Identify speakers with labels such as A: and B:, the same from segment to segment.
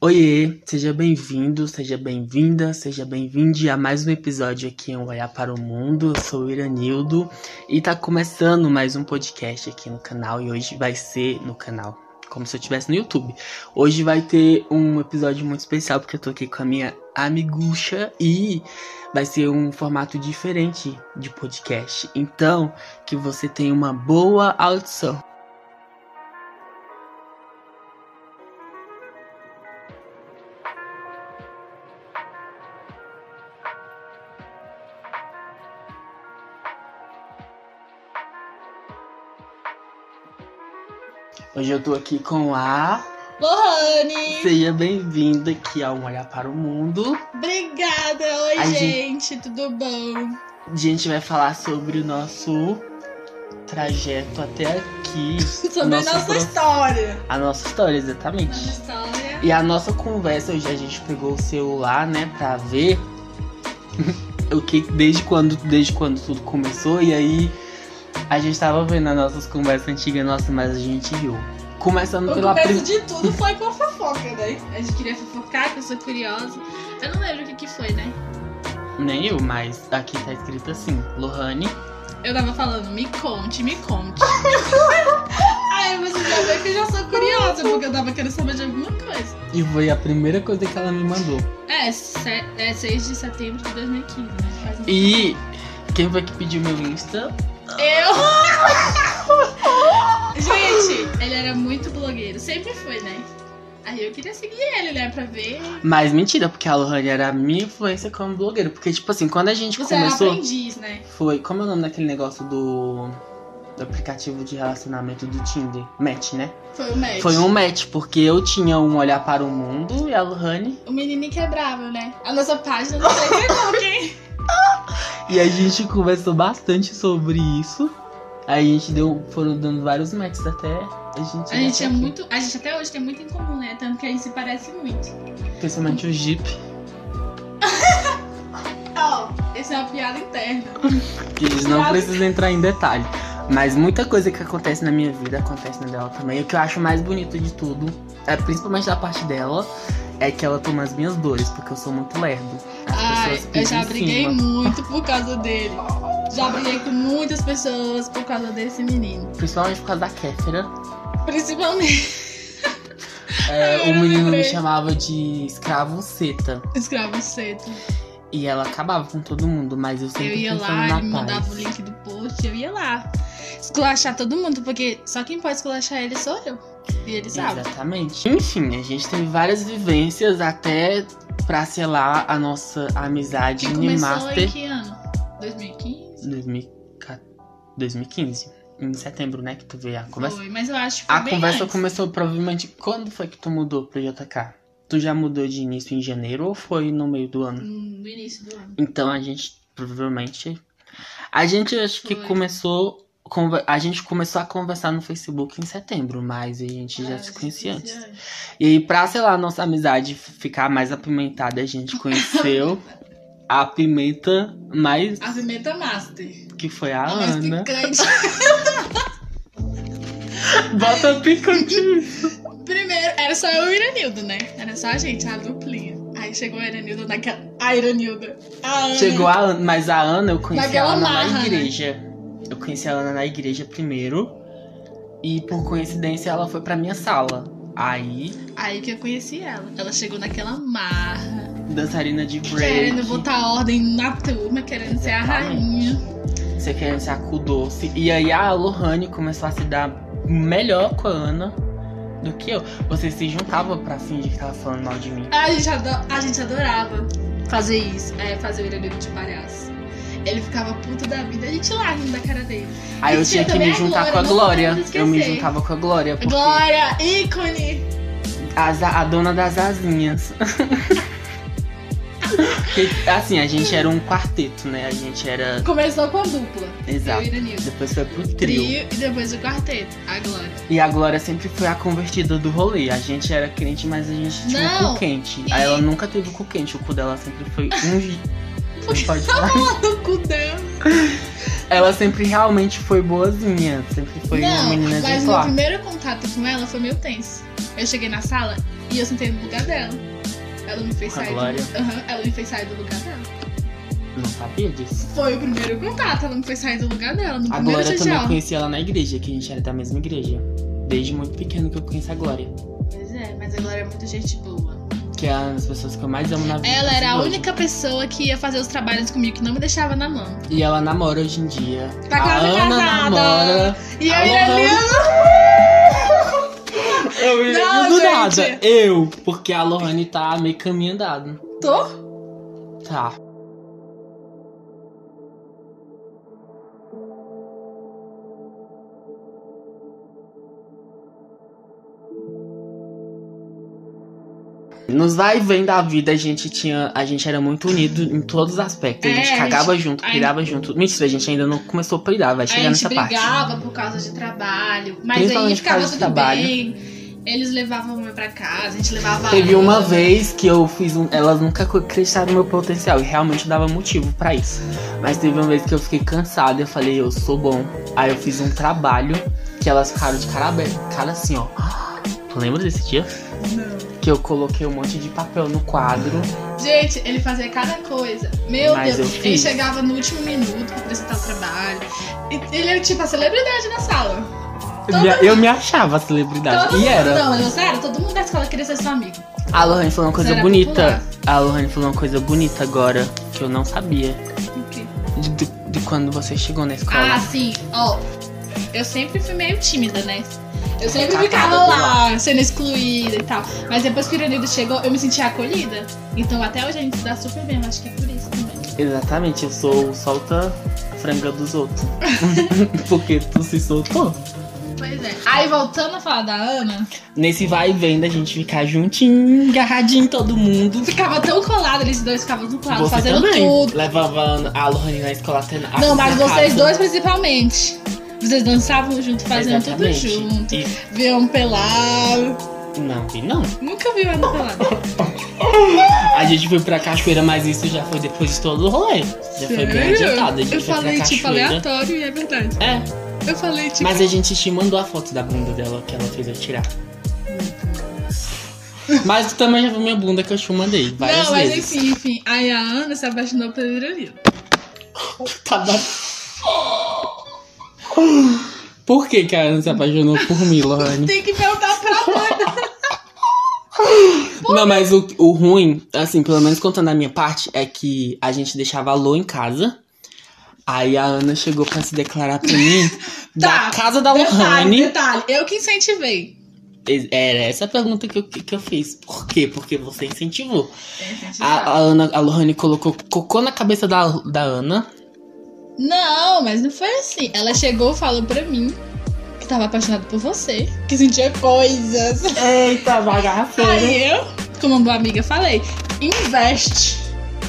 A: Oiê, seja bem-vindo, seja bem-vinda, seja bem-vinde a mais um episódio aqui em Olhar para o Mundo. Eu sou o Iranildo e tá começando mais um podcast aqui no canal e hoje vai ser no canal, como se eu estivesse no YouTube. Hoje vai ter um episódio muito especial porque eu tô aqui com a minha amigucha e vai ser um formato diferente de podcast. Então, que você tenha uma boa audição. Hoje eu tô aqui com a.
B: Lohane!
A: Seja bem-vinda aqui ao Um Olhar para o Mundo.
B: Obrigada! Oi,
A: Ai,
B: gente. tudo bom?
A: A gente vai falar sobre o nosso trajeto até aqui.
B: Sobre a
A: Nossa,
B: nossa
A: pro-
B: história.
A: A nossa história,
B: Nossa
A: exatamente.
B: história.
A: E a nossa conversa, hoje a gente pegou o celular, né, pra ver o que desde quando, desde quando tudo começou. E aí a gente tava vendo as nossas conversas antigas, nossa, mas a gente riu. Começando
B: O
A: pela
B: começo
A: prim-
B: de tudo foi com a fofoca, né?
C: A gente queria fofocar, que eu sou curiosa. Eu não lembro o que que foi, né?
A: Nem eu, mas aqui tá escrito assim: Lohane.
C: Eu tava falando, me conte, me conte.
B: Ai, você já vê que eu já sou curiosa, porque eu tava querendo saber de alguma coisa.
A: E foi a primeira coisa que ela me mandou.
C: É, se- é 6 de setembro de 2015, né? Faz um-
A: E quem foi que pediu meu Insta?
C: Eu! gente, ele era muito blogueiro, sempre foi, né? Aí eu queria seguir ele, né? Pra ver.
A: Mas mentira, porque a Lohane era a minha influência como blogueira. Porque, tipo assim, quando a gente
C: Você era
A: começou.
C: aprendiz, né?
A: Foi. Como é o nome daquele negócio do. do aplicativo de relacionamento do Tinder? Match, né?
B: Foi o match.
A: Foi um match, porque eu tinha um olhar para o mundo e a Lohane.
C: O menino quebrável, né? A nossa página não sei é. quebrou, quem?
A: E a gente conversou bastante sobre isso. Aí a gente deu. Foram dando vários matches até. A gente.
C: A gente é
A: aqui.
C: muito. A gente até hoje tem muito em comum, né? Tanto que a gente se parece muito.
A: Principalmente o Jeep.
B: Ó,
C: Essa é uma piada interna.
A: que eles não precisam entrar em detalhe. Mas muita coisa que acontece na minha vida acontece na dela também. E o que eu acho mais bonito de tudo, é principalmente da parte dela, é que ela toma as minhas dores, porque eu sou muito lerdo. As
C: Ai,
A: pessoas
C: eu
A: pisam
C: já
A: em
C: briguei
A: cima.
C: muito por causa dele. Já briguei com muitas pessoas por causa desse menino.
A: Principalmente por causa da Kéfera.
C: Principalmente
A: É,
C: eu
A: o menino me
C: lembrei.
A: chamava de escravo seta.
C: escravo cedo.
A: E ela acabava com todo mundo, mas eu sempre
C: Eu ia
A: pensando
C: lá,
A: na
C: ele
A: paz.
C: me mandava o link do post, eu ia lá. Esculachar todo mundo, porque só quem pode esculachar ele sou eu. E ele sabe.
A: Exatamente. Enfim, a gente teve várias vivências até pra selar a nossa amizade
C: Que
A: em
C: começou
A: Master.
C: em que ano? 2015?
A: 2014 2015, em setembro, né? Que tu veio a conversa.
C: Foi, mas eu acho que foi
A: A
C: bem
A: conversa
C: antes.
A: começou provavelmente quando foi que tu mudou pro JK? Tu já mudou de início em janeiro ou foi no meio do ano?
C: Hum, No início do ano.
A: Então a gente provavelmente. A gente acho que
C: Foi.
A: começou. conver- A gente começou a conversar no Facebook em setembro, mas a gente
C: Ah,
A: já se conhecia antes. E aí, pra, sei lá, nossa amizade ficar mais apimentada, a gente conheceu a pimenta mais.
C: A pimenta master.
A: que foi a
C: a mais
A: Ana.
C: picante.
A: Bota picante.
C: Primeiro, era só eu e o Iranildo, né? Era só a gente, a duplinha. Aí chegou a Iranildo naquela. A Iranilda. A Ana.
A: Chegou a Ana, mas a Ana eu conheci
C: Naquela
A: a Ana na
C: marra, né?
A: igreja. Eu conheci a Ana na igreja primeiro. E por coincidência ela foi pra minha sala. Aí,
C: Aí que eu conheci ela. Ela chegou naquela marra,
A: dançarina de break.
C: querendo botar ordem na turma, querendo ser a
A: Exatamente.
C: rainha.
A: Você querendo ser a cu doce. E aí a Lohane começou a se dar melhor com a Ana do que eu. Você se juntava pra fingir que tava falando mal de mim.
C: A gente, ado- a gente adorava fazer isso, é, fazer o Iranildo de palhaço. Ele ficava puto da vida, a gente lá rindo da cara dele.
A: Aí
C: E
A: eu tinha
C: tinha
A: que me
C: também a
A: juntar com a
C: Glória,
A: Glória.
C: não
A: Eu me
C: esquecer.
A: juntava com a Glória. Porque
C: Glória, ícone!
A: As- a dona das asinhas. Porque, assim, a gente era um quarteto, né? A gente era.
C: Começou com a dupla. Eu e
A: Exato.
C: Iranildo.
A: Depois foi pro trio.
C: Trio e depois o quarteto, a Glória.
A: E a Glória sempre foi a convertida do rolê. A gente era crente, mas a gente tinha um
C: Não.
A: cu quente.
C: E-
A: Aí ela nunca teve o cu quente. O cu dela sempre foi um. Não pode falar.
C: No cu dela.
A: Ela sempre realmente foi boazinha. Sempre foi
C: não,
A: uma menina
C: mas
A: de
C: meu
A: classe.
C: primeiro contato com ela foi meio tenso. Eu cheguei na sala e eu sentei no lugar dela. Ela me fez
A: Com a
C: sair.
A: Glória?
C: Do... Aham, ela me fez sair do lugar dela.
A: Não sabia disso.
C: Foi o primeiro contato, ela me fez sair do lugar dela, no
A: A
C: primeiro
A: Glória eu
C: dia de
A: também
C: aula.
A: conheci ela na igreja, que a gente era da mesma igreja. Desde muito pequeno que eu conheço a Glória.
D: Pois é, mas agora é muita gente boa.
A: Que é uma das pessoas que eu mais amo na vida. assim.
C: Ela era a
A: Glória.
C: única pessoa que ia fazer os trabalhos comigo, que não me deixava na mão.
A: E ela namora hoje em dia.
C: Tá
A: a
C: quase
A: Ana
C: casada.
A: namora.
C: E eu
A: a
C: ia
A: Lohan-
C: ali.
A: Eu ia
C: Não,
A: do
C: gente.
A: nada. Eu. Porque a Lohane tá meio caminho andado.
C: Tô?
A: Tá. Nos vai e vem da vida, a gente tinha. A gente era muito unido em todos os aspectos. A
C: É,
A: gente
C: a
A: cagava junto,
C: a
A: peidava junto. Mentira, a gente ainda não começou a peidar, vai
C: A
A: chegar
C: gente
A: nessa parte.
C: brigava por causa de trabalho, mas aí
A: Principalmente por
C: ficava
A: causa de
C: tudo
A: trabalho.
C: bem. Eles levavam eu pra casa, a gente levava.
A: Teve
C: ela.
A: uma vez que eu fiz um. Elas nunca acreditaram no meu potencial e realmente dava motivo pra isso. Mas teve uma vez que eu fiquei cansada e eu falei, eu sou bom. Aí eu fiz um trabalho que elas ficaram de cara aberta, cara assim, ó. Tu lembra desse dia?
C: Não.
A: Que eu coloquei um monte de papel no quadro.
C: Gente, ele fazia cada coisa. Meu
A: Mas
C: Deus,
A: eu
C: ele
A: fiz.
C: chegava no último minuto pra apresentar o trabalho. E- Ele era tipo a celebridade na sala. Todo
A: Eu me- Eu me achava celebridade.
C: Todo
A: E
C: mundo,
A: era.
C: Não, mas sério, todo mundo da escola queria ser seu amigo.
A: A Lohane falou uma coisa
C: Você era
A: bonita. A Lohane falou uma coisa bonita agora que eu não sabia.
C: O quê?
A: De, de- de quando você chegou na escola.
C: Ah, sim. Ó, eu sempre fui meio tímida, né? Eu sempre
A: Catada
C: ficava
A: do
C: lá, sendo excluída e tal. Mas depois que o Ironido chegou, eu me sentia acolhida. Então até hoje a gente se dá super bem, eu acho que é por isso também.
A: Exatamente, eu sou o solta franga dos outros. Porque tu se soltou.
C: Pois é. Aí voltando a falar da Ana,
A: Nesse vai e vem da gente ficar juntinho, agarradinho todo mundo.
C: ficava tão colada, eles dois ficavam tão colados,
A: Você
C: fazendo
A: também
C: tudo.
A: levava a Lohane na escola até na
C: Não, mas
A: na
C: vocês
A: casa.
C: dois principalmente. Vocês dançavam junto, fazendo
A: Exatamente.
C: tudo junto.
A: E-
C: Viam um pelado.
A: Não, e não.
C: Nunca vi um Ana pelada.
A: A gente foi pra cachoeira, mas isso já foi depois de todo o rolê. Já foi bem
C: Sério?
A: adiantado. A gente
C: Eu
A: foi
C: falei
A: pra
C: tipo
A: cachoeira.
C: aleatório e é verdade.
A: é,
C: Eu falei tipo.
A: mas a gente te mandou a foto da bunda dela que ela fez eu tirar. Mas tu também já viu minha bunda que eu te mandei várias
C: não,
A: vezes.
C: mas enfim, enfim. Aí a Ana se apaixonou pelo Iranil.
A: Tá ba- Por que, que a Ana se apaixonou por mim, Lohane?
C: Tem que perguntar pra Ana.
A: Não, mas o, o ruim, assim, pelo menos contando a minha parte, é que a gente deixava a Lô em casa. Aí a Ana chegou pra se declarar pra mim da
C: Tá,
A: casa da
C: detalhe,
A: Lohane.
C: detalhe. Eu que incentivei.
A: Era essa a pergunta que eu, que eu fiz. Por quê? Porque você incentivou. A,
C: Ah,
A: a, Ana, a Lohane colocou cocô na cabeça da, da Ana.
C: Não, mas não foi assim. Ela chegou e falou pra mim que tava apaixonada por você, que sentia coisas.
A: Eita, bagaceira.
C: Aí eu, como uma boa amiga, falei: investe.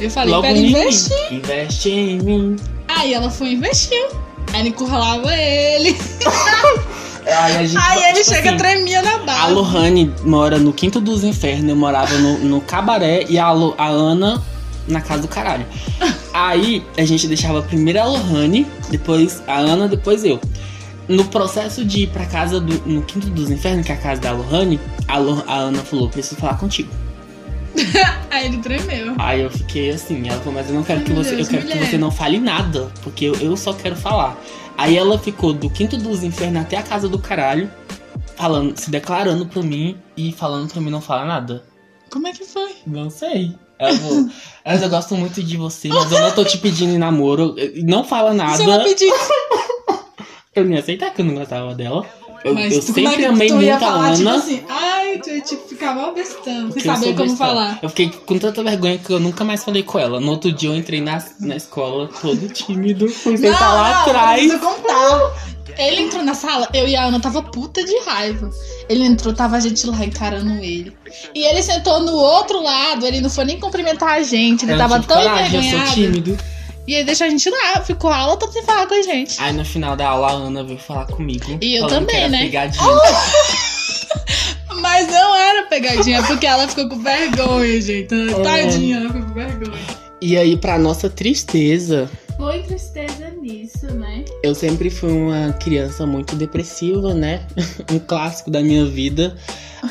C: Eu falei:
A: Logo
C: pera,
A: em mim.
C: investe.
A: Investe em mim.
C: Aí ela foi e investiu. Aí ela encurralava ele.
A: Aí, a gente,
C: Aí ele
A: tipo
C: chega
A: assim,
C: tremia na barra.
A: A Lohane mora no Quinto dos Infernos, eu morava no, no Cabaré e a, Lo- a Ana na casa do caralho. Aí a gente deixava primeiro a Lohane, depois a Ana, depois eu. No processo de ir pra casa do. No Quinto dos Infernos, que é a casa da Lohane, a, Lo- a Ana falou: preciso falar contigo.
C: Aí ele tremeu.
A: Aí eu fiquei assim, ela falou, mas eu não quero que
C: Meu
A: você.
C: Deus,
A: eu quero que
C: mulher.
A: você não fale nada. Porque eu, eu só quero falar. Aí ela ficou do quinto dos infernos até a casa do caralho, falando, se declarando pra mim e falando pra mim não falar nada.
C: Como é que foi?
A: Não sei. Ela falou, mas eu gosto muito de você, mas eu não tô te pedindo em namoro. eu- Não fala
C: Você não
A: nada.
C: pediu.
A: Eu nem ia aceitar que eu não gostava dela. Eu,
C: Mas
A: eu
C: tu- como é
A: sempre
C: que
A: amei
C: tu
A: muito
C: ia
A: a
C: falar,
A: Ana.
C: Tipo assim, ai, tu ia tipo, ficar mal bestão, sem
A: Porque eu sou
C: saber como
A: besta.
C: falar.
A: Eu fiquei com tanta vergonha que eu nunca mais falei com ela. No outro dia eu entrei na, na escola todo tímido, fui sentar lá atrás.
C: precisa contar. Ele entrou na sala, eu e a Ana tava puta de raiva. Ele entrou, tava a gente lá encarando ele. E ele sentou no outro lado, ele não foi nem cumprimentar a gente, ele
A: Eu não
C: tava
A: tive
C: tão
A: coragem, eu sou
C: envergonhado.
A: tímido.
C: E ele deixou a gente lá, ficou a aula toda sem falar com a gente.
A: Aí no final da aula a Ana veio falar comigo.
C: E eu
A: falando que
C: também,
A: era
C: né?
A: pegadinha.
C: Mas não era pegadinha, porque ela ficou com vergonha, gente.
A: É.
C: Tadinha, ela ficou com vergonha.
A: E aí, pra nossa tristeza,
D: Foi tristeza nisso, né?
A: eu sempre fui uma criança muito depressiva, né? um clássico da minha vida.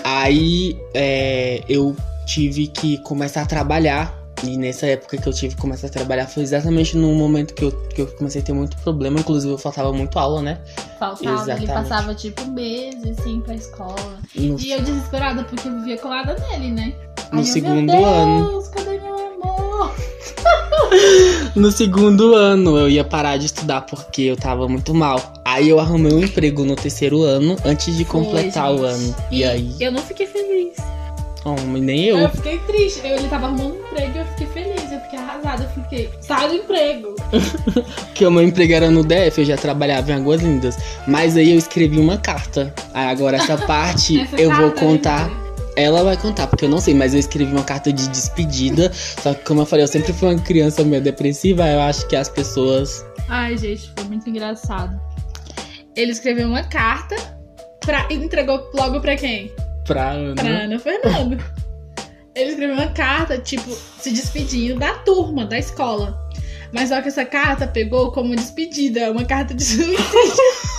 A: Aí é, eu tive que começar a trabalhar. E nessa época que eu tive que começar a trabalhar foi exatamente no momento que eu, que eu comecei a ter muito problema. Inclusive, eu faltava muito aula, né?
C: Faltava,
A: Exatamente.
C: ele passava tipo meses assim pra escola.
A: No,
C: E eu desesperada porque eu vivia colada nele, né?
A: No
C: Aí eu,
A: segundo
C: meu Deus,
A: ano.
C: Cadê meu amor?
A: no segundo ano, eu ia parar de estudar porque eu tava muito mal. Aí eu arrumei um emprego no terceiro ano, antes de completar o
C: gente.
A: ano. E aí?
D: Eu não fiquei feliz.
A: Homem, nem eu.
C: Eu fiquei triste. Eu, ele tava arrumando um emprego e eu fiquei feliz. Eu fiquei arrasada. Eu fiquei, sai do emprego.
A: Porque o meu emprego era no DF, eu já trabalhava em Águas Lindas. Mas aí eu escrevi uma carta. Aí agora essa parte
C: Essa
A: eu vou
C: carta, né,
A: contar.
C: menina?
A: Ela vai contar, porque eu não sei, mas eu escrevi uma carta de despedida. Só que, como eu falei, eu sempre fui uma criança meio depressiva. Eu acho que as pessoas.
C: Ai, gente, foi muito engraçado. Ele escreveu uma carta pra... e entregou logo pra quem?
A: Pra
C: Pra
A: Ana.
C: Ana Fernando. Ele escreveu uma carta, tipo, se despedindo da turma, da escola. Mas só que essa carta pegou como despedida, uma carta de suicídio.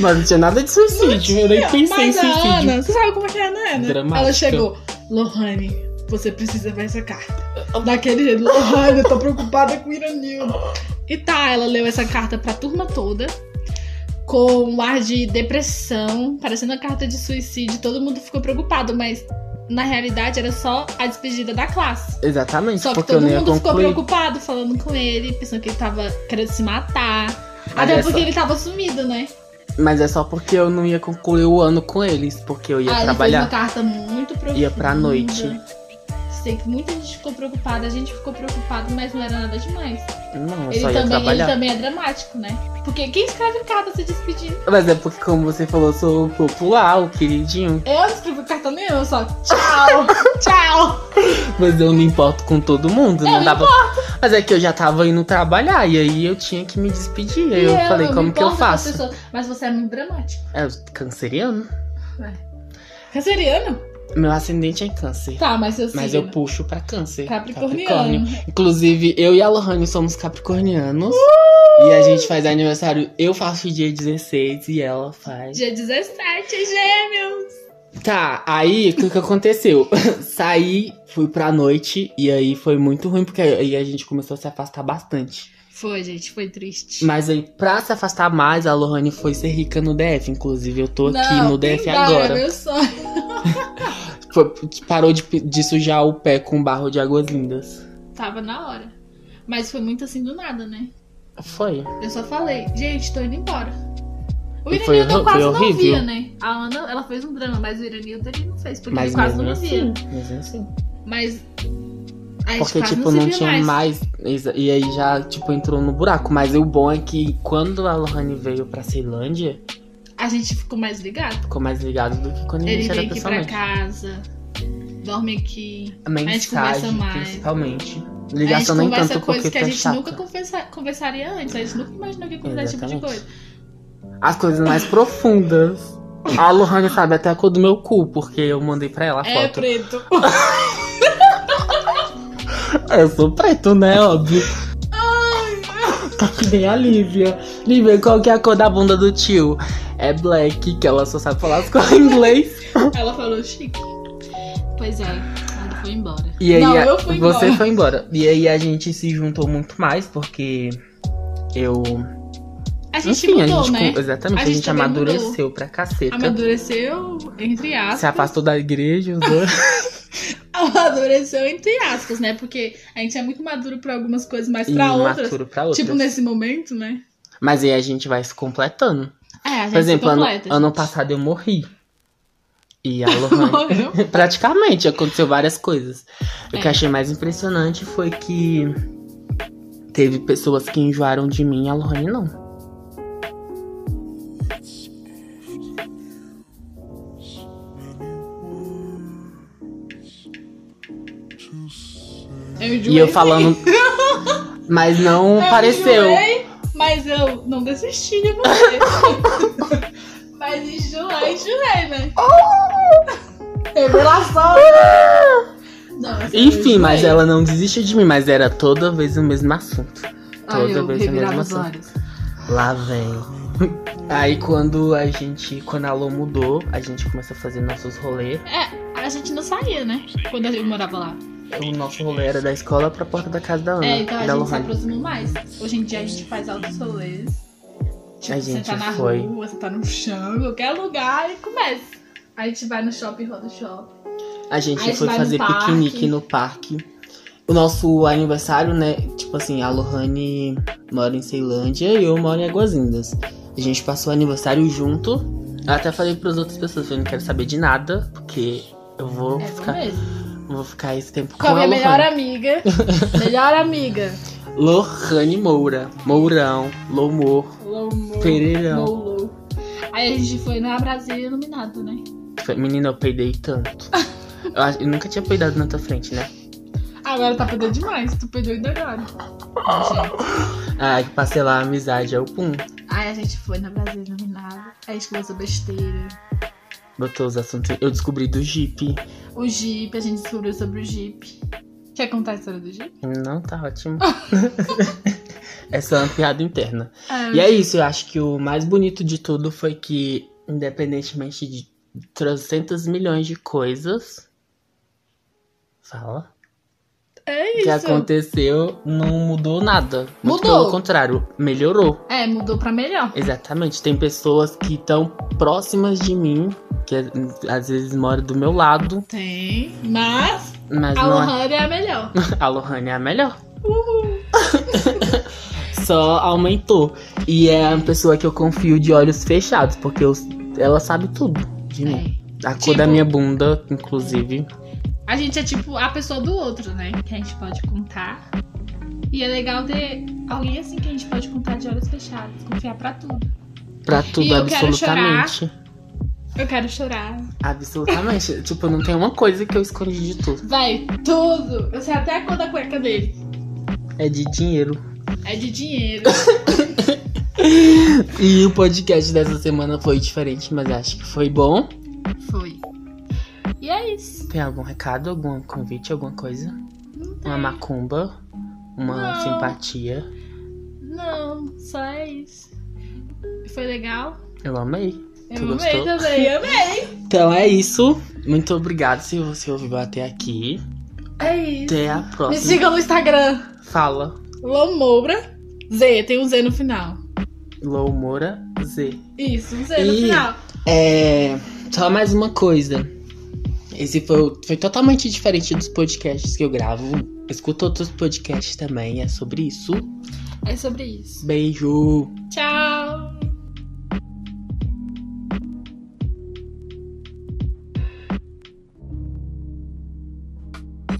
A: Mas não tinha nada de suicídio. Eu nem pensei em
C: Mas a
A: suicídio.
C: Ana, você sabe como é que é a Ana? né?
A: Dramática.
C: Ela chegou, Lohane, você precisa ver essa carta. Daquele jeito, Lohane, eu tô preocupada com o Iranildo. E tá, ela leu essa carta pra turma toda, com um ar de depressão, parecendo uma carta de suicídio. Todo mundo ficou preocupado, mas na realidade era só a despedida da classe.
A: Exatamente,
C: Só que
A: porque
C: todo
A: eu nem ia
C: mundo ficou
A: concluir.
C: preocupado falando com ele, pensando que ele tava querendo se matar.
A: Mas
C: Até
A: é,
C: porque
A: só,
C: ele tava sumido, né?
A: mas é só porque eu não ia concluir o ano com eles, porque eu ia
C: Aí
A: trabalhar.
C: Ah, Ele fez uma carta muito profunda.
A: Ia pra noite.
C: Sei que muita gente ficou preocupada, a gente ficou preocupado, mas não era nada demais.
A: Não, eu
C: Ele
A: só ia
C: também, ele
A: trabalhar.
C: também é dramático, né? Porque quem escreve carta se despedindo?
A: Mas é porque, como você falou, eu sou o popular, o queridinho.
C: Eu não escrevo carta nenhuma, só tchau, tchau.
A: Mas eu me importo com todo mundo,
C: Eu
A: não
C: me
A: dava. Mas é que eu já tava indo trabalhar e aí eu tinha que me despedir. Aí
C: E
A: eu
C: eu,
A: falei,
C: me
A: como que eu
C: importo com as
A: faço?
C: pessoas. Mas você é muito dramático.
A: É canceriano.
C: Canceriano?
A: Meu ascendente é em câncer.
C: Tá, mas eu sei.
A: Mas eu puxo pra câncer.
C: Capricorniano.
A: Inclusive, eu e a Lohane somos capricornianos.
C: Uh!
A: E a gente faz aniversário. Eu faço dia 16 e ela faz.
C: Dia 17, gêmeos.
A: Tá, aí o que, que aconteceu? Saí, fui pra noite e aí foi muito ruim, porque aí a gente começou a se afastar bastante.
C: Foi, gente, foi triste.
A: Mas aí, pra se afastar mais, a Lohane foi ser rica no DF. Inclusive, eu tô aqui
C: Não,
A: no
C: quem
A: DF
C: dera,
A: agora.
C: Meu sonho.
A: Foi- parou de, de sujar o pé com barro de águas lindas.
C: Tava na hora. Mas foi muito assim do nada, né?
A: Foi.
C: Eu só falei, gente, tô indo embora. O
A: E foi
C: Iranildo eu
A: horr-
C: quase
A: foi
C: não
A: horrível.
C: via, né? A Ana, ela fez um drama, mas o Iranildo ele não fez, porque
A: Mas
C: ele quase
A: mesmo
C: não
A: assim,
C: via.
A: mesmo assim.
C: Mas a gente
A: Porque,
C: quase
A: tipo,
C: não, se
A: não
C: via
A: tinha
C: mais.
A: mais. exa- E aí já, tipo, entrou no buraco. Mas o bom é que quando a Lohane veio pra Ceilândia,
C: A gente ficou mais ligado.
A: ficou mais ligado do que quando a
C: Ele
A: gente era
C: vem aqui pra
A: pessoalmente.
C: casa, dorme aqui.
A: A
C: gente conversa
A: mensagem,
C: mais.
A: principalmente.
C: a gente
A: Ligação nem
C: conversa
A: tanto
C: coisas
A: porque
C: que a
A: tá
C: gente
A: chata.
C: nunca conversa- conversaria antes. A gente nunca imaginou que ia conversar esse tipo de
A: Exatamente.
C: coisa.
A: As coisas mais profundas. A Lohane sabe até a cor do meu cu, porque eu mandei pra ela a
C: É
A: foto.
C: preto.
A: Eu sou preto, né? Óbvio. Tá que nem a Lívia. Lívia, qual que é a cor da bunda do tio? É black, que ela só sabe falar as coisas em inglês.
C: Ela falou chique. Pois é, ela foi embora.
A: E aí,
C: não,
A: a-
C: eu fui
A: você
C: embora.
A: foi embora. E aí a gente se juntou muito mais, porque eu.
C: A gente
A: Enfim,
C: mudou,
A: a gente.
C: né?
A: com- Exatamente,
C: A
A: a
C: gente
A: gente,
C: também
A: amadureceu pra caceta.
C: Amadureceu, entre aspas.
A: Se afastou da igreja, os dois.
C: Amadureceu, entre aspas, né? Porque a gente é muito maduro pra algumas coisas, mas pra outras.
A: imaturo pra outras.
C: Tipo nesse momento, né?
A: Mas aí a gente vai se completando.
C: É, a gente
A: Por exemplo,
C: se
A: ano,
C: completa. gente.
A: ano passado eu morri. E a Lohane.
C: tipo, Morreu.
A: Praticamente aconteceu várias coisas. O que
C: É.
A: eu achei mais impressionante foi que teve pessoas que enjoaram de mim e a Lohane não.
C: Eu
A: E eu falando. Mas não
C: É um
A: pareceu.
C: Enjoei, mas eu não desisti de você. mas enjoei, enjoei, né? Revelação! Não, essa eu
A: Enfim,
C: enjoei.
A: mas ela não desistiu de mim, mas era toda vez o mesmo assunto.
C: Ai,
A: toda
C: eu
A: vez a
C: revirava
A: mesma
C: os
A: cena.
C: olhos.
A: Lá vem. Aí quando a gente, quando a Lô mudou, a gente começou a fazer nossos rolês.
C: A gente não saía, né? Quando eu morava lá.
A: O nosso rolê era da escola pra porta da casa da Ana,
C: É, então a
A: da
C: gente se
A: Lohane.
C: aproximou mais. Hoje em dia a gente faz altos rolês. Tipo,
A: A gente
C: você tá na
A: foi.
C: rua, você tá no chão, qualquer lugar e começa. A gente vai no shopping, roda o shopping.
A: A gente
C: A gente
A: foi
C: vai no
A: fazer
C: parque.
A: piquenique no parque. O nosso aniversário, né? Tipo assim, a Lohane mora em Ceilândia e eu moro em Águas Lindas. A gente passou o aniversário junto. Eu até falei pras outras pessoas, falei, não quero saber de nada, porque eu vou
C: É isso
A: ficar.
C: mesmo.
A: Vou ficar esse tempo com,
C: Com a
A: a
C: minha
A: Lohane.
C: melhor amiga. Melhor amiga.
A: Lohane Moura. Mourão. Lomor.
C: Lomo.
A: Pereirão.
C: Lolo. Aí a gente foi na Brasília iluminado, né?
A: Foi- Menina, eu peidei tanto. Eu, acho- eu nunca tinha peidado na tua frente, né?
C: Agora tá perdendo demais, tu perdeu ainda agora.
A: Ai, passei lá a amizade, é o pum.
C: Aí a gente foi na Brasília iluminado. Aí a gente conversou besteira.
A: Botou os assuntos. Eu descobri do Jeep.
C: O Jeep, a gente descobriu sobre o Jeep. Quer contar a história do Jeep?
A: Não, tá ótimo. é só uma piada interna.
C: É,
A: E é isso, eu acho que o mais bonito de tudo foi que, independentemente de 300 milhões de coisas. Fala.
C: é
A: Que
C: isso.
A: aconteceu, não mudou nada. Muito
C: Mudou.
A: Pelo contrário, melhorou.
C: É, mudou pra melhor.
A: Exatamente, tem pessoas que estão próximas de mim, que é, às vezes moram do meu lado,
C: Tem, mas
A: mas
C: a
A: não é.
C: Lohane é a melhor.
A: A Lohane é a melhor. Só aumentou. E é uma pessoa que eu confio de olhos fechados, porque eu- ela sabe tudo de mim.
C: É.
A: A cor
C: Tipo-
A: da minha bunda, inclusive.
C: A gente é tipo a pessoa do outro, né? Que a gente pode contar. E é legal ter alguém assim que a gente pode contar de olhos fechados, confiar pra tudo.
A: Pra tudo,
C: eu quero
A: absolutamente.
C: Eu quero chorar.
A: Absolutamente. tipo, não tem uma coisa que eu escondi de tudo.
C: Vai, tudo! Eu sei até a cor da cueca dele.
A: É de dinheiro.
C: É de dinheiro.
A: E o podcast dessa semana foi diferente, mas acho que foi bom.
C: Foi. E é isso.
A: Tem algum recado, algum convite, alguma coisa?
C: Não tem.
A: Uma macumba? Uma
C: Não.
A: simpatia?
C: Não, só é isso. Foi legal.
A: Eu amei.
C: Eu
A: Tu
C: amei
A: gostou?
C: também, amei.
A: Então é isso. Muito obrigado se você ouviu até aqui.
C: É isso.
A: Até a
C: Me
A: próxima.
C: sigam no Instagram,
A: Fala.
C: Lomoura Z, tem um Z no final.
A: Lou Moura Z.
C: Isso, um Z no
A: Ih.
C: final.
A: É. Só mais uma coisa. Esse foi, o- foi totalmente diferente dos podcasts que eu gravo. Escuta outros podcasts também, é sobre isso.
C: É sobre isso.
A: Beijo!
C: Tchau!